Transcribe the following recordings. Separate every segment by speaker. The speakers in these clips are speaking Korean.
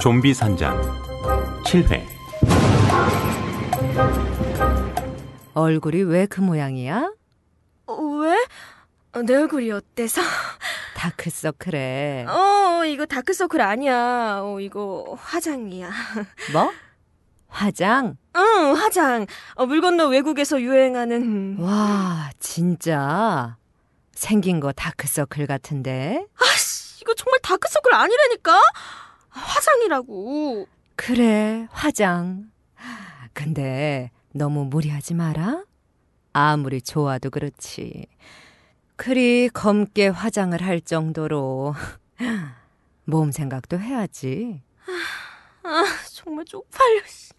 Speaker 1: 좀비 산장 7회
Speaker 2: 얼굴이 왜 그 모양이야?
Speaker 3: 어, 왜? 어, 내 얼굴이 어때서?
Speaker 2: 다크서클에.
Speaker 3: 어, 이거 다크서클 아니야. 어, 이거 화장이야.
Speaker 2: 뭐? 화장?
Speaker 3: 응, 화장. 어, 물 건너 외국에서
Speaker 2: 음.
Speaker 3: 유행하는.
Speaker 2: 와, 진짜. 생긴 거 다크서클 같은데?
Speaker 3: 아씨, 이거 정말 다크서클 아니라니까? 화장이라고.
Speaker 2: 그래, 화장. 근데 너무 무리하지 마라. 아무리 좋아도 그렇지. 그리 검게 화장을 할 정도로 몸 생각도 해야지.
Speaker 3: 아, 정말 쪽팔려. 씨.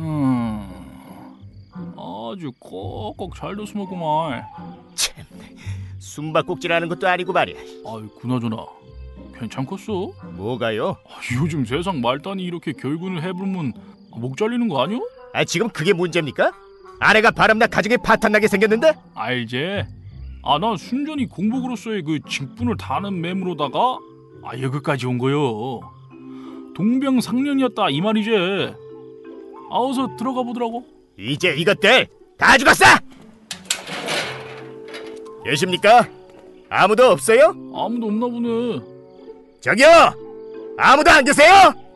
Speaker 4: 음, 아주 꼭꼭 잘 도스먹구만.
Speaker 5: 참, 숨바꼭질하는 것도 아니고 말이야.
Speaker 4: 아이 그나저나 괜찮겠어?
Speaker 5: 뭐가요?
Speaker 4: 아, 요즘 세상 말단이 이렇게 결근을 해부르면 목 잘리는 거 아니오?
Speaker 5: 아 지금 그게 문제입니까? 아내가 바람나 가정에 파탄나게 생겼는데?
Speaker 4: 알제. 아나 순전히 공복으로서의 그 직분을 다하는 맴으로다가 아 여기까지 온 거요. 동병상련이었다 이 말이제. 아 어서 들어가 보더라고.
Speaker 5: 이제 이것들 다 죽었어! 계십니까? 아무도 없어요?
Speaker 4: 아무도 없나 보네.
Speaker 5: 저기요! 아무도 안 계세요?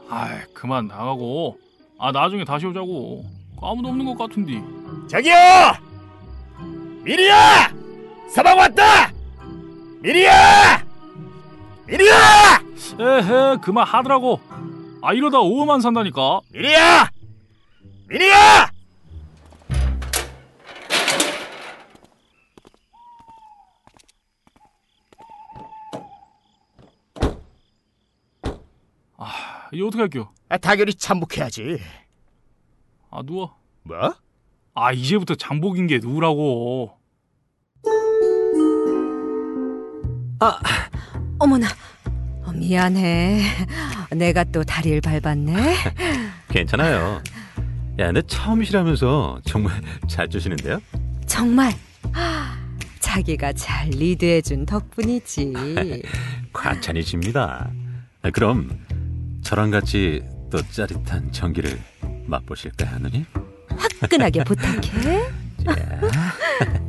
Speaker 4: 아이 그만 나가고. 아 나중에 다시 오자고. 아무도 없는 것 같은데.
Speaker 5: 저기요! 미리야! 서방 왔다! 미리야! 미리야!
Speaker 4: 에헤 그만 하더라고 아 이러다 오만 산다니까
Speaker 5: 미리야! 미리야!
Speaker 4: 이거 어떻게 할게요
Speaker 5: 아, 당연히 참복해야지.
Speaker 4: 아 누워
Speaker 5: 뭐?
Speaker 4: 아 이제부터 장복인 게 누구라고
Speaker 2: 어머나. 어, 미안해. 내가 또 다리를 밟았네.
Speaker 1: 괜찮아요. 야, 근데 처음이시라면서 정말 잘 주시는데요?
Speaker 2: 정말. 자기가 잘 리드해준 덕분이지.
Speaker 1: 과찬이십니다. 아, 그럼 저랑 같이 또 짜릿한 전기를 맛보실까요, 누님?
Speaker 2: 끈하게 부탁해.
Speaker 1: 자.